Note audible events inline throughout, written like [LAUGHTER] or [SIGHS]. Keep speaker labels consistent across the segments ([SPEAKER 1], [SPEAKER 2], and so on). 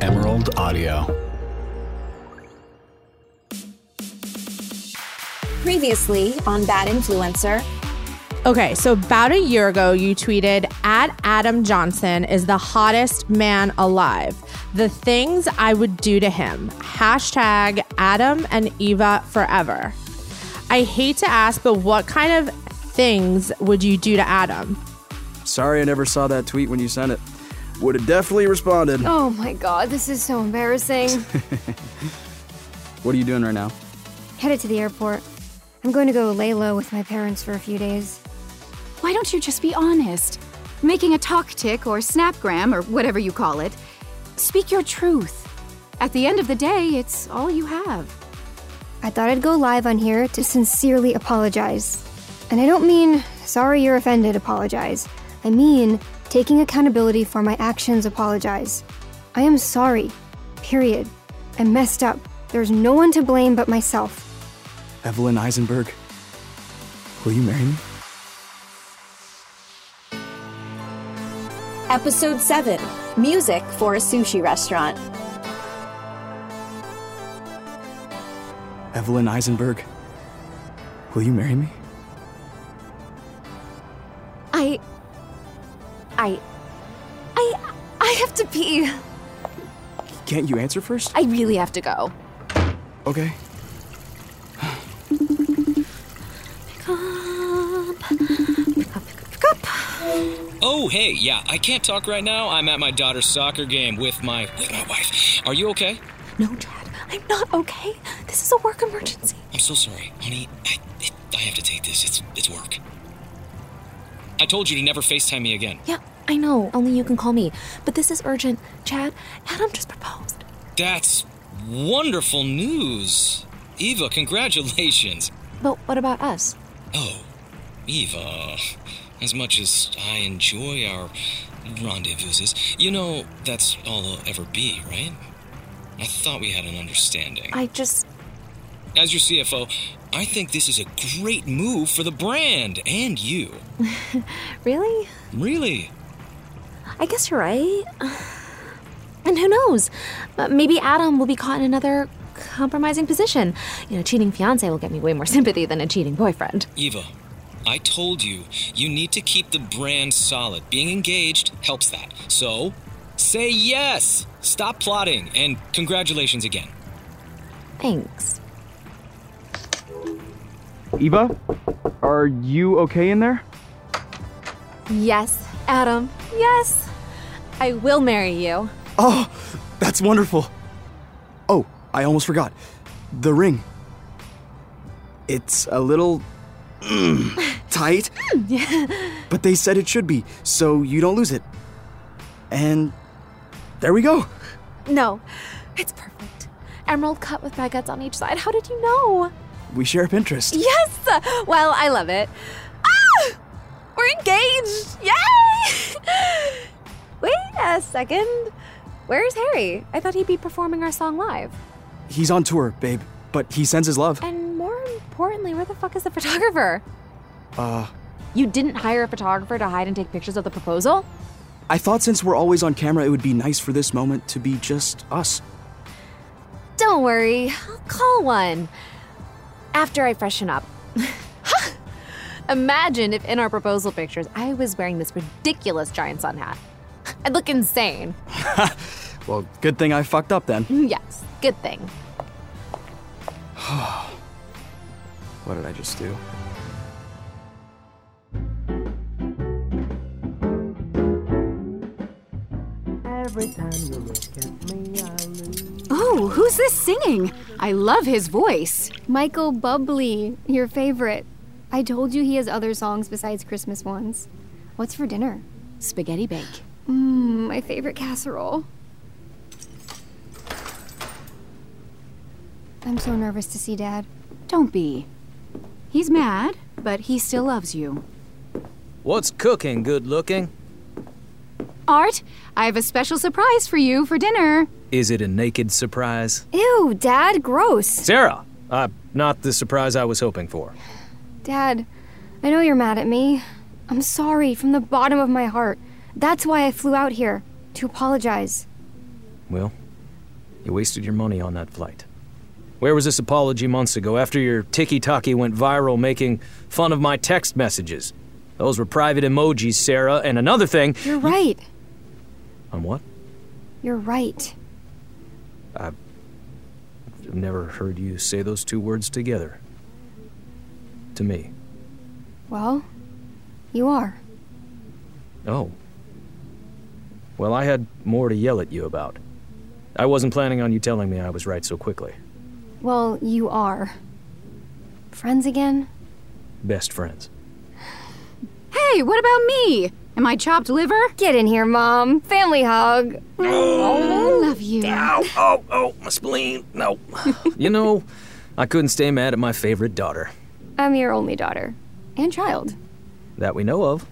[SPEAKER 1] Emerald Audio.
[SPEAKER 2] Previously on Bad Influencer,
[SPEAKER 3] Okay, so about a year ago, you tweeted at Adam Johnson is the hottest man alive. The things I would do to him. Hashtag Adam and Eva forever. I hate to ask, but what kind of things would you do to Adam?
[SPEAKER 4] Sorry I never saw that tweet when you sent it. Would have definitely responded.
[SPEAKER 5] Oh my god, this is so embarrassing.
[SPEAKER 4] What are you doing right now?
[SPEAKER 5] Headed to the airport. I'm going to go lay low with my parents for a few days.
[SPEAKER 6] Why don't you just be honest? Making a talk tick or snapgram or whatever you call it, speak your truth. At the end of the day, it's all you have.
[SPEAKER 5] I thought I'd go live on here to sincerely apologize. And I don't mean sorry you're offended apologize. I mean taking accountability for my actions apologize. I am sorry. Period. I messed up. There's no one to blame but myself.
[SPEAKER 4] Evelyn Eisenberg. Will you marry me?
[SPEAKER 2] Episode 7 Music for a Sushi Restaurant.
[SPEAKER 4] Evelyn Eisenberg. Will you marry me?
[SPEAKER 5] I. I. I. I have to pee.
[SPEAKER 4] Can't you answer first?
[SPEAKER 6] I really have to go.
[SPEAKER 4] Okay.
[SPEAKER 7] Oh, hey, yeah, I can't talk right now. I'm at my daughter's soccer game with my with my wife. Are you okay?
[SPEAKER 8] No, Chad, I'm not okay. This is a work emergency.
[SPEAKER 7] I'm so sorry, honey. I it, I have to take this. It's it's work. I told you to never FaceTime me again.
[SPEAKER 8] Yeah, I know. Only you can call me. But this is urgent. Chad, Adam just proposed.
[SPEAKER 7] That's wonderful news. Eva, congratulations.
[SPEAKER 8] But what about us?
[SPEAKER 7] Oh, Eva, as much as I enjoy our rendezvouses, you know that's all they'll ever be, right? I thought we had an understanding.
[SPEAKER 8] I just.
[SPEAKER 7] As your CFO, I think this is a great move for the brand and you.
[SPEAKER 8] Really?
[SPEAKER 7] Really?
[SPEAKER 8] I guess you're right. [SIGHS] And who knows? Uh, maybe Adam will be caught in another compromising position. You know, cheating fiance will get me way more [LAUGHS] sympathy than a cheating boyfriend.
[SPEAKER 7] Eva, I told you, you need to keep the brand solid. Being engaged helps that. So, say yes! Stop plotting, and congratulations again.
[SPEAKER 8] Thanks.
[SPEAKER 4] Eva? Are you okay in there?
[SPEAKER 6] Yes, Adam. Yes. I will marry you.
[SPEAKER 4] Oh, that's wonderful. Oh, I almost forgot. The ring. It's a little mm,
[SPEAKER 6] [LAUGHS]
[SPEAKER 4] tight,
[SPEAKER 8] Hmm.
[SPEAKER 4] but they said it should be, so you don't lose it. And there we go.
[SPEAKER 8] [LAUGHS] No, it's perfect. Emerald cut with baguettes on each side. How did you know?
[SPEAKER 4] We share Pinterest.
[SPEAKER 6] Yes. Well, I love it. Ah! We're engaged. Yay!
[SPEAKER 8] [LAUGHS] Wait a second. Where's Harry? I thought he'd be performing our song live.
[SPEAKER 4] He's on tour, babe, but he sends his love.
[SPEAKER 8] And more importantly, where the fuck is the photographer?
[SPEAKER 4] Uh,
[SPEAKER 8] You didn't hire a photographer to hide and take pictures of the proposal?
[SPEAKER 4] I thought since we're always on camera, it would be nice for this moment to be just us.
[SPEAKER 8] Don't worry, I'll call one. After I freshen up. [LAUGHS] Imagine if in our proposal pictures I was wearing this ridiculous giant sun hat. I'd look insane.
[SPEAKER 4] Well, good thing I fucked up then.
[SPEAKER 9] Mm,
[SPEAKER 8] Yes, good thing.
[SPEAKER 4] What did I just do?
[SPEAKER 6] Oh, who's this singing? I love his voice.
[SPEAKER 5] Michael Bubbly, your favorite. I told you he has other songs besides Christmas ones. What's for dinner?
[SPEAKER 6] Spaghetti bake.
[SPEAKER 5] Mmm, my favorite casserole. I'm so nervous to see Dad.
[SPEAKER 6] Don't be. He's mad, but he still loves you.
[SPEAKER 10] What's cooking, good looking?
[SPEAKER 6] Art, I have a special surprise for you for dinner.
[SPEAKER 10] Is it a naked surprise?
[SPEAKER 5] Ew, Dad, gross.
[SPEAKER 10] Sarah! Uh, not the surprise I was hoping for.
[SPEAKER 5] Dad, I know you're mad at me. I'm sorry from the bottom of my heart. That's why I flew out here to apologize.
[SPEAKER 7] Will, you wasted your money on that flight. Where was this apology months ago after your tiki taki went viral making fun of my text messages? Those were private emojis, Sarah. And another thing.
[SPEAKER 5] You're right.
[SPEAKER 7] On what?
[SPEAKER 5] You're right.
[SPEAKER 7] I've never heard you say those two words together. To me.
[SPEAKER 5] Well, you are.
[SPEAKER 7] Oh. Well, I had more to yell at you about. I wasn't planning on you telling me I was right so quickly.
[SPEAKER 5] Well, you are. Friends again?
[SPEAKER 7] Best friends.
[SPEAKER 6] Hey, what about me? Am I chopped liver?
[SPEAKER 5] Get in here, Mom. Family hug.
[SPEAKER 6] I love you.
[SPEAKER 7] Ow, oh, oh, my spleen. No. [LAUGHS] you know, I couldn't stay mad at my favorite daughter.
[SPEAKER 5] I'm your only daughter and child.
[SPEAKER 7] That we know of.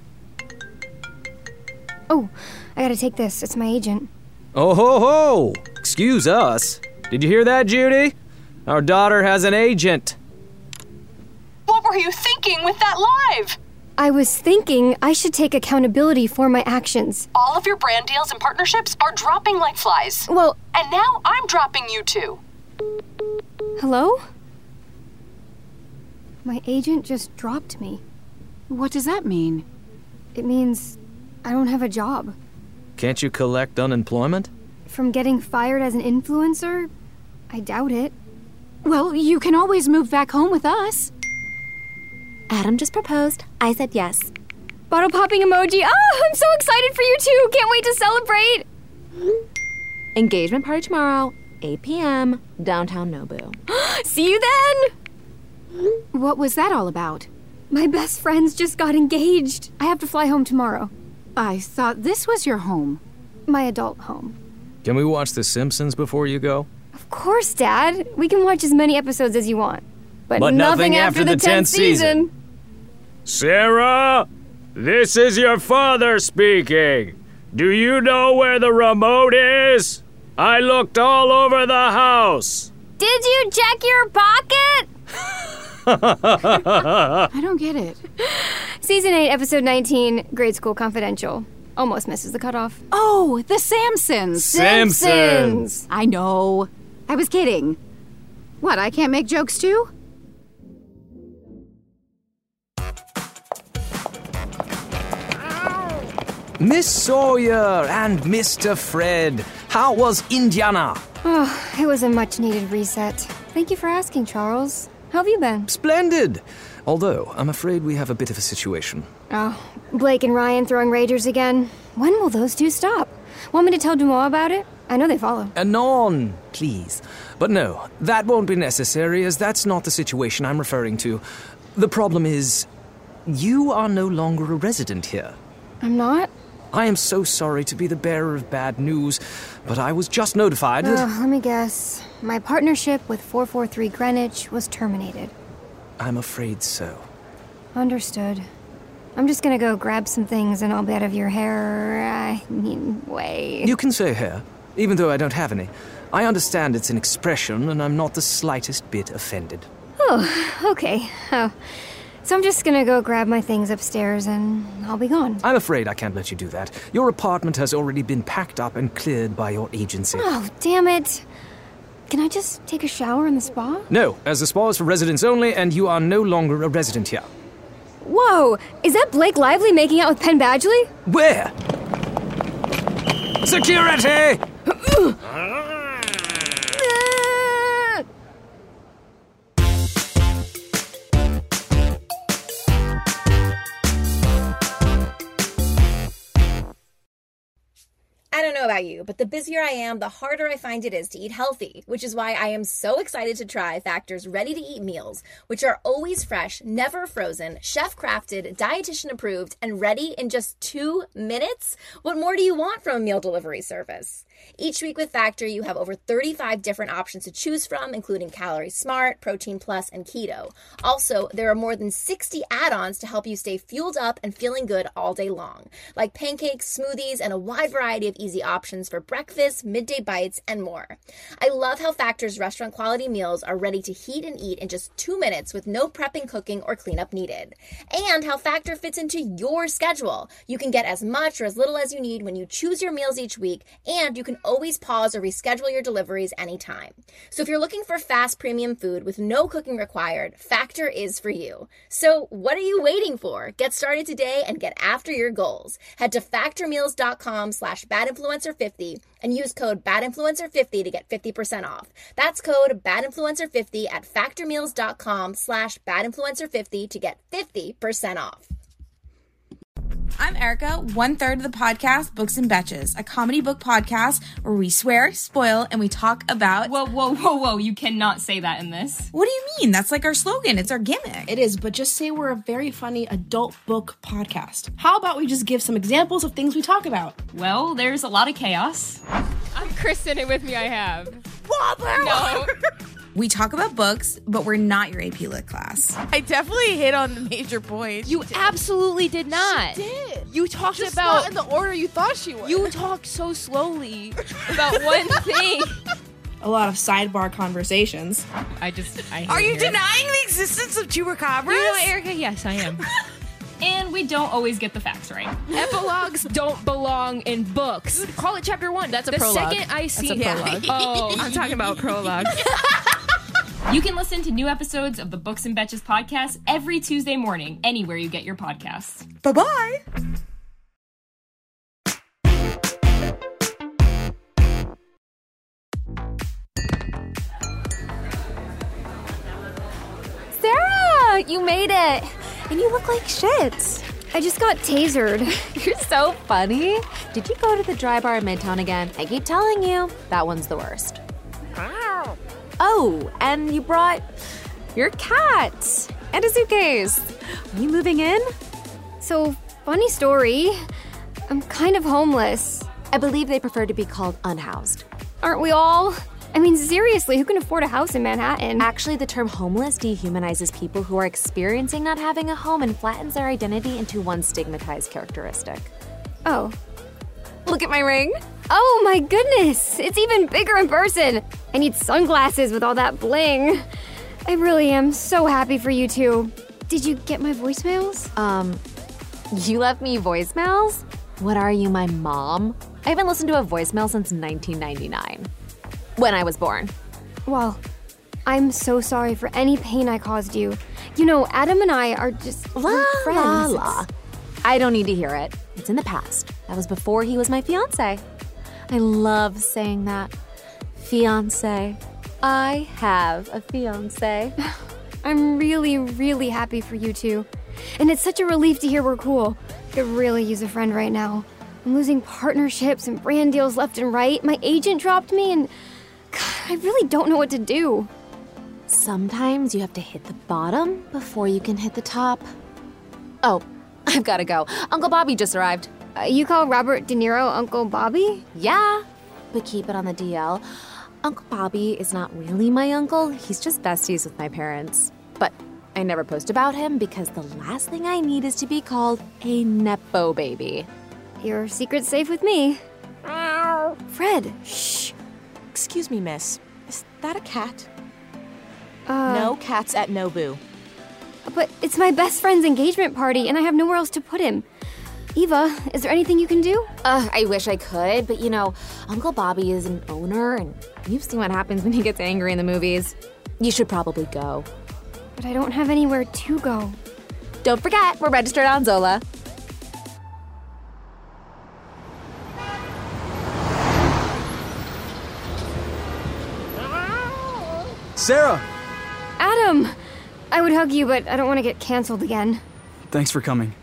[SPEAKER 5] Oh, I gotta take this. It's my agent.
[SPEAKER 7] Oh, ho, ho! Excuse us. Did you hear that, Judy? Our daughter has an agent.
[SPEAKER 1] What were you thinking with that live?
[SPEAKER 5] I was thinking I should take accountability for my actions.
[SPEAKER 1] All of your brand deals and partnerships are dropping like flies.
[SPEAKER 5] Well,
[SPEAKER 1] And now I'm dropping you too.
[SPEAKER 5] hello? My agent just dropped me.
[SPEAKER 6] What does that mean?
[SPEAKER 5] It means I don't have a job.
[SPEAKER 7] Can't you collect unemployment?
[SPEAKER 5] From getting fired as an influencer? I doubt it.
[SPEAKER 6] Well, you can always move back home with us.
[SPEAKER 9] Adam just proposed. I said yes.
[SPEAKER 5] Bottle popping emoji. Oh, I'm so excited for you too. Can't wait to celebrate.
[SPEAKER 9] Engagement party tomorrow, 8 p.m., downtown Nobu.
[SPEAKER 5] See you then.
[SPEAKER 6] What was that all about?
[SPEAKER 5] My best friends just got engaged. I have to fly home tomorrow.
[SPEAKER 6] I thought this was your home.
[SPEAKER 5] My adult home.
[SPEAKER 7] Can we watch The Simpsons before you go?
[SPEAKER 5] Of course, Dad. We can watch as many episodes as you want. But,
[SPEAKER 7] But nothing after the 10th season. Sarah, this is your father speaking. Do you know where the remote is? I looked all over the house.
[SPEAKER 5] Did you check your pocket?
[SPEAKER 6] I don't get it.
[SPEAKER 5] Season 8, Episode 19, Grade School Confidential. Almost misses the cutoff.
[SPEAKER 6] Oh, the Samsons.
[SPEAKER 7] Simpsons.
[SPEAKER 6] I know. I was kidding. What, I can't make jokes too?
[SPEAKER 7] Miss Sawyer and Mr. Fred, how was Indiana?
[SPEAKER 5] It was a much needed reset. Thank you for asking, Charles. How have you been?
[SPEAKER 7] Splendid. Although, I'm afraid we have a bit of a situation.
[SPEAKER 5] Oh, Blake and Ryan throwing Ragers again. When will those two stop? Want me to tell Dumois about it? I know they follow.
[SPEAKER 7] Anon, please. But no, that won't be necessary, as that's not the situation I'm referring to. The problem is, you are no longer a resident here.
[SPEAKER 5] I'm not?
[SPEAKER 7] I am so sorry to be the bearer of bad news, but I was just notified that
[SPEAKER 5] Ugh, let me guess. My partnership with 443 Greenwich was terminated.
[SPEAKER 7] I'm afraid so.
[SPEAKER 5] Understood. I'm just gonna go grab some things and I'll be out of your hair. I mean, way.
[SPEAKER 7] You can say hair, even though I don't have any. I understand it's an expression, and I'm not the slightest bit offended.
[SPEAKER 5] Okay. Oh. So I'm just gonna go grab my things upstairs and I'll be gone.
[SPEAKER 7] I'm afraid I can't let you do that. Your apartment has already been packed up and cleared by your agency.
[SPEAKER 5] Oh, damn it. Can I just take a shower in the spa?
[SPEAKER 7] No, as the spa is for residents only, and you are no longer a resident here.
[SPEAKER 5] Whoa! Is that Blake Lively making out with Penn Badgley?
[SPEAKER 7] Where? Security!
[SPEAKER 5] Ah!
[SPEAKER 2] I don't know about you, but the busier I am, the harder I find it is to eat healthy, which is why I am so excited to try Factor's ready to eat meals, which are always fresh, never frozen, chef crafted, dietitian approved, and ready in just two minutes. What more do you want from a meal delivery service? Each week with Factor, you have over 35 different options to choose from, including Calorie Smart, Protein Plus, and Keto. Also, there are more than 60 add ons to help you stay fueled up and feeling good all day long, like pancakes, smoothies, and a wide variety of easy options for breakfast, midday bites, and more. I love how Factor's restaurant quality meals are ready to heat and eat in just two minutes with no prepping, cooking, or cleanup needed. And how Factor fits into your schedule. You can get as much or as little as you need when you choose your meals each week, and you can always pause or reschedule your deliveries anytime. So if you're looking for fast premium food with no cooking required, Factor is for you. So what are you waiting for? Get started today and get after your goals. Head to factormeals.com slash badinfluencer50 and use code badinfluencer50 to get 50% off. That's code badinfluencer50 at factormeals.com slash badinfluencer50 to get 50% off.
[SPEAKER 11] I'm Erica, one third of the podcast Books and Betches, a comedy book podcast where we swear, spoil, and we talk about. Whoa, whoa, whoa, whoa! You cannot say that in this. What do you mean? That's like our slogan. It's our gimmick.
[SPEAKER 3] It is, but just say we're a very funny adult book podcast. How about we just give some examples of things we talk about?
[SPEAKER 12] Well, there's a lot of chaos.
[SPEAKER 13] I'm Chris in it with me. I have.
[SPEAKER 11] Wobbler. No. [LAUGHS] We talk about books, but we're not your AP Lit class.
[SPEAKER 13] I definitely hit on the major points. You absolutely did not.
[SPEAKER 6] She did.
[SPEAKER 13] You talked
[SPEAKER 6] Just
[SPEAKER 13] about
[SPEAKER 6] not in the order you thought she would.
[SPEAKER 13] You talked so slowly about one thing.
[SPEAKER 3] A lot of sidebar conversations.
[SPEAKER 12] I just. I
[SPEAKER 11] Are you
[SPEAKER 12] hear.
[SPEAKER 11] denying the existence of chupacabras?
[SPEAKER 12] You know, what, Erica. Yes, I am. and we don't always get the facts right.
[SPEAKER 13] Epilogues don't belong in books. Call it chapter one. That's
[SPEAKER 6] a
[SPEAKER 13] the
[SPEAKER 6] prologue.
[SPEAKER 13] second I
[SPEAKER 6] That's
[SPEAKER 13] see.
[SPEAKER 6] a
[SPEAKER 12] [LAUGHS]
[SPEAKER 6] prologue.
[SPEAKER 13] Oh,
[SPEAKER 6] I'm talking about prologues.
[SPEAKER 12] You can listen to new episodes of the Books and Betches podcast every Tuesday morning, anywhere you get your podcasts.
[SPEAKER 11] Bye bye.
[SPEAKER 8] Sarah, you made it. And you look like shit.
[SPEAKER 5] I just got tasered.
[SPEAKER 8] [LAUGHS] You're so funny. Did you go to the dry bar in Midtown again? I keep telling you, that one's the worst. Oh, and you brought your cat and a suitcase. Are you moving in?
[SPEAKER 5] So, funny story. I'm kind of homeless.
[SPEAKER 8] I believe they prefer to be called unhoused.
[SPEAKER 5] Aren't we all? I mean, seriously, who can afford a house in Manhattan?
[SPEAKER 8] Actually, the term homeless dehumanizes people who are experiencing not having a home and flattens their identity into one stigmatized characteristic.
[SPEAKER 5] Oh.
[SPEAKER 8] Look at my ring.
[SPEAKER 5] Oh my goodness! It's even bigger in person! I need sunglasses with all that bling. I really am so happy for you two. Did you get my voicemails? Uh,
[SPEAKER 8] Um, you left me voicemails? What are you, my mom? I haven't listened to a voicemail since 1999, when I was born.
[SPEAKER 5] Well, I'm so sorry for any pain I caused you. You know, Adam and I are just we're
[SPEAKER 8] La
[SPEAKER 5] friends.
[SPEAKER 8] la
[SPEAKER 5] It's-
[SPEAKER 8] la. I don't need to hear it. It's in the past. That was before he was my fiance. I love saying that. Fiance. I have a fiance.
[SPEAKER 5] I'm really, really happy for you two. And it's such a relief to hear we're cool. Could really use a friend right now. I'm losing partnerships and brand deals left and right. My agent dropped me, and God, I really don't know what to do.
[SPEAKER 8] Sometimes you have to hit the bottom before you can hit the top. Oh, [LAUGHS] I've got to go. Uncle Bobby just arrived.
[SPEAKER 5] Uh, you call Robert De Niro Uncle Bobby?
[SPEAKER 8] Yeah, but keep it on the DL. Uncle Bobby is not really my uncle, he's just besties with my parents. But I never post about him because the last thing I need is to be called a Nepo baby.
[SPEAKER 5] Your secret's safe with me. Fred,
[SPEAKER 6] Shh. Excuse me, miss. Is that a cat?
[SPEAKER 5] uh,
[SPEAKER 6] no cats at Nobu.
[SPEAKER 5] But it's my best friend's engagement party, and I have nowhere else to put him. Eva, is there anything you can do?
[SPEAKER 8] Ugh, I wish I could, but you know, Uncle Bobby is an owner, and you've seen what happens when he gets angry in the movies. You should probably go.
[SPEAKER 5] But I don't have anywhere to go.
[SPEAKER 8] Don't forget, we're registered on Zola.
[SPEAKER 4] Sarah,
[SPEAKER 5] Adam! I would hug you, but I don't want to get canceled again.
[SPEAKER 4] thanks for coming.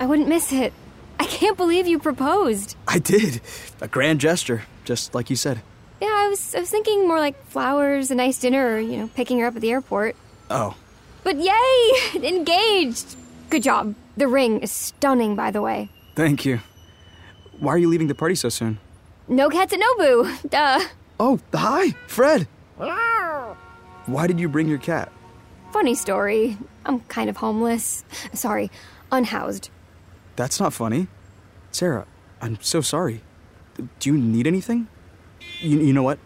[SPEAKER 5] I wouldn't miss it. I can't believe you proposed.
[SPEAKER 4] I did. A grand gesture, just like you said.
[SPEAKER 5] Yeah, I was, I was thinking more like flowers, a nice dinner, or, you know, picking her up at the airport.
[SPEAKER 4] Oh,
[SPEAKER 5] But yay! [LAUGHS] Engaged! Good job. The ring is stunning, by the way.
[SPEAKER 4] thank you. Why are you leaving the party so soon?
[SPEAKER 5] No cats at Nobu. Duh.
[SPEAKER 4] Oh, hi, Fred. Why did you bring your cat?
[SPEAKER 5] Funny story. I'm kind of homeless. Sorry, unhoused.
[SPEAKER 4] That's not funny. Sarah, I'm so sorry. Do you need anything? You, you know what?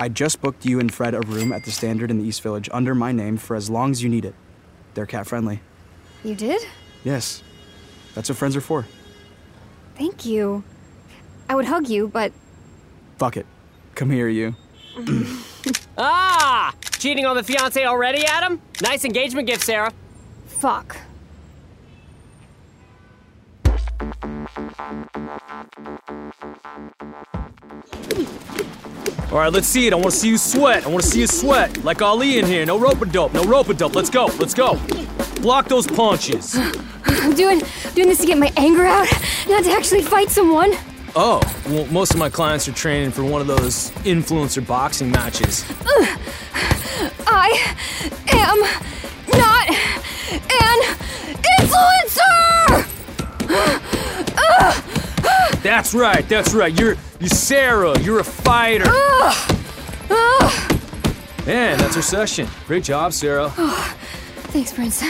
[SPEAKER 4] I just booked you and Fred a room at the Standard in the East Village under my name for as long as you need it. They're cat friendly.
[SPEAKER 5] You did?
[SPEAKER 4] Yes. That's what friends are for.
[SPEAKER 5] Thank you. I would hug you, but
[SPEAKER 4] Fuck it. Come here, you.
[SPEAKER 14] Ah! Cheating on the fiance already, Adam? Nice engagement gift, Sarah.
[SPEAKER 5] fuck.
[SPEAKER 15] All right, let's see it. I want to see you sweat. I want to see you sweat. Like Ali in here. No rope a dope. No rope a dope. Let's go. Let's go. Block those punches.
[SPEAKER 5] I'm doing doing this to get my anger out, not to actually fight someone.
[SPEAKER 15] Oh, well, most of my clients are training for one of those influencer boxing matches.
[SPEAKER 5] Ugh. I am not an influencer. Ugh.
[SPEAKER 15] That's right. That's right. You're you're Sarah. You're a fighter.
[SPEAKER 5] Ugh. Ugh.
[SPEAKER 15] Man, that's her session. Great job, Sarah.
[SPEAKER 5] Oh, thanks, Prince.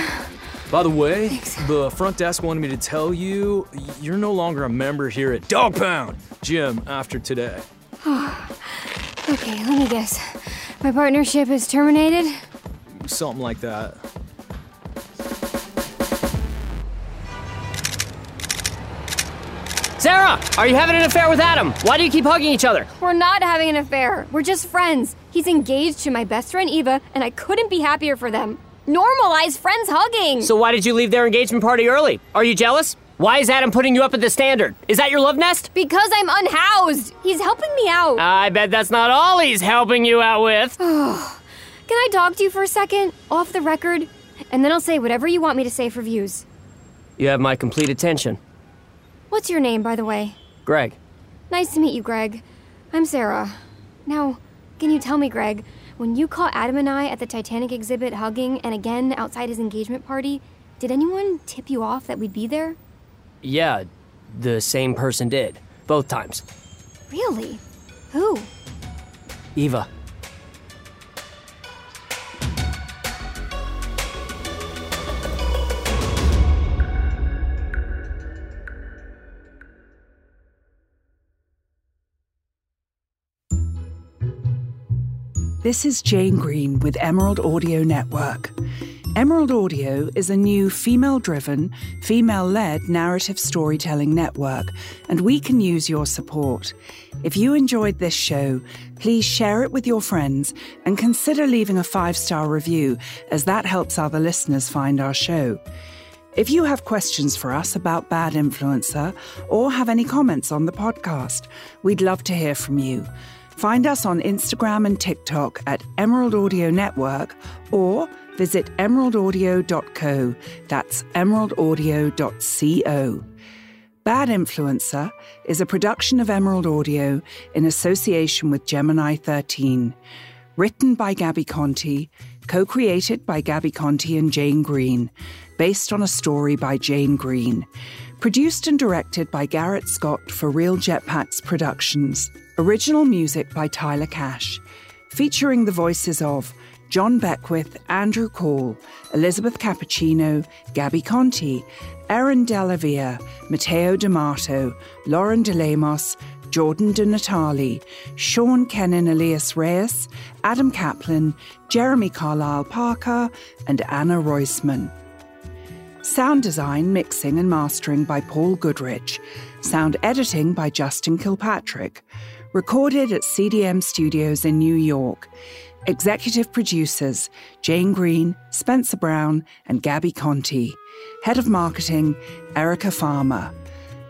[SPEAKER 15] By the way, the front desk wanted me to tell you you're no longer a member here at Dog Pound Gym after today.
[SPEAKER 5] Oh. Okay, let me guess. My partnership is terminated.
[SPEAKER 15] Something like that.
[SPEAKER 14] Sarah, are you having an affair with Adam? Why do you keep hugging each other?
[SPEAKER 5] We're not having an affair. We're just friends. He's engaged to my best friend Eva, and I couldn't be happier for them. Normalize friends hugging.
[SPEAKER 14] So, why did you leave their engagement party early? Are you jealous? Why is Adam putting you up at the standard? Is that your love nest?
[SPEAKER 5] Because I'm unhoused. He's helping me out.
[SPEAKER 8] Ah.
[SPEAKER 14] I bet that's not all he's helping you out with.
[SPEAKER 5] Can I talk to you for a second, off the record? And then I'll say whatever you want me to say for views.
[SPEAKER 14] You have my complete attention.
[SPEAKER 5] What's your name, by the way?
[SPEAKER 14] Greg,
[SPEAKER 5] Nice to meet you, Greg. I'm Sarah. Now, can you tell me, Greg, when you caught Adam and I at the Titanic exhibit hugging and again outside his engagement party, did anyone tip you off that we'd be there?
[SPEAKER 14] yeah, the same person did. Both times.
[SPEAKER 5] Really? Who?
[SPEAKER 14] Eva.
[SPEAKER 8] This is Jane Green with Emerald Audio Network. Emerald Audio is a new female driven, female led narrative storytelling network, and we can use your support. If you enjoyed this show, please share it with your friends and consider leaving a five star review, as that helps other listeners find our show. If you have questions for us about Bad Influencer or have any comments on the podcast, we'd love to hear from you. Find us on Instagram and TikTok at Emerald Audio Network or visit emeraldaudio.co. That's emeraldaudio.co. Bad Influencer is a production of Emerald Audio in association with Gemini 13. Written by Gabby Conti, co created by Gabby Conti and Jane Green, based on a story by Jane Green. Produced and directed by Garrett Scott for Real Jetpacks Productions. Original music by Tyler Cash. Featuring the voices of John Beckwith, Andrew Call, Elizabeth Cappuccino, Gabby Conti, Erin Delavia, Matteo D'Amato, Lauren DeLamos, Jordan De Natale, Sean Kennan Elias Reyes, Adam Kaplan, Jeremy Carlisle Parker, and Anna Roisman. Sound design, mixing, and mastering by Paul Goodrich. Sound editing by Justin Kilpatrick. Recorded at CDM Studios in New York. Executive producers Jane Green, Spencer Brown, and Gabby Conti. Head of marketing Erica Farmer.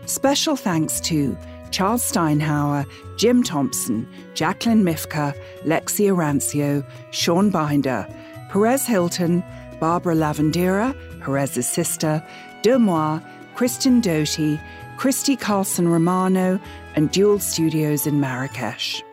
[SPEAKER 8] Special thanks to Charles Steinhauer, Jim Thompson, Jacqueline Mifka, Lexia Rancio, Sean Binder, Perez Hilton, Barbara Lavandera, Perez's sister, Demois, Kristen Doty, Christy Carlson Romano, and Dual Studios in Marrakesh.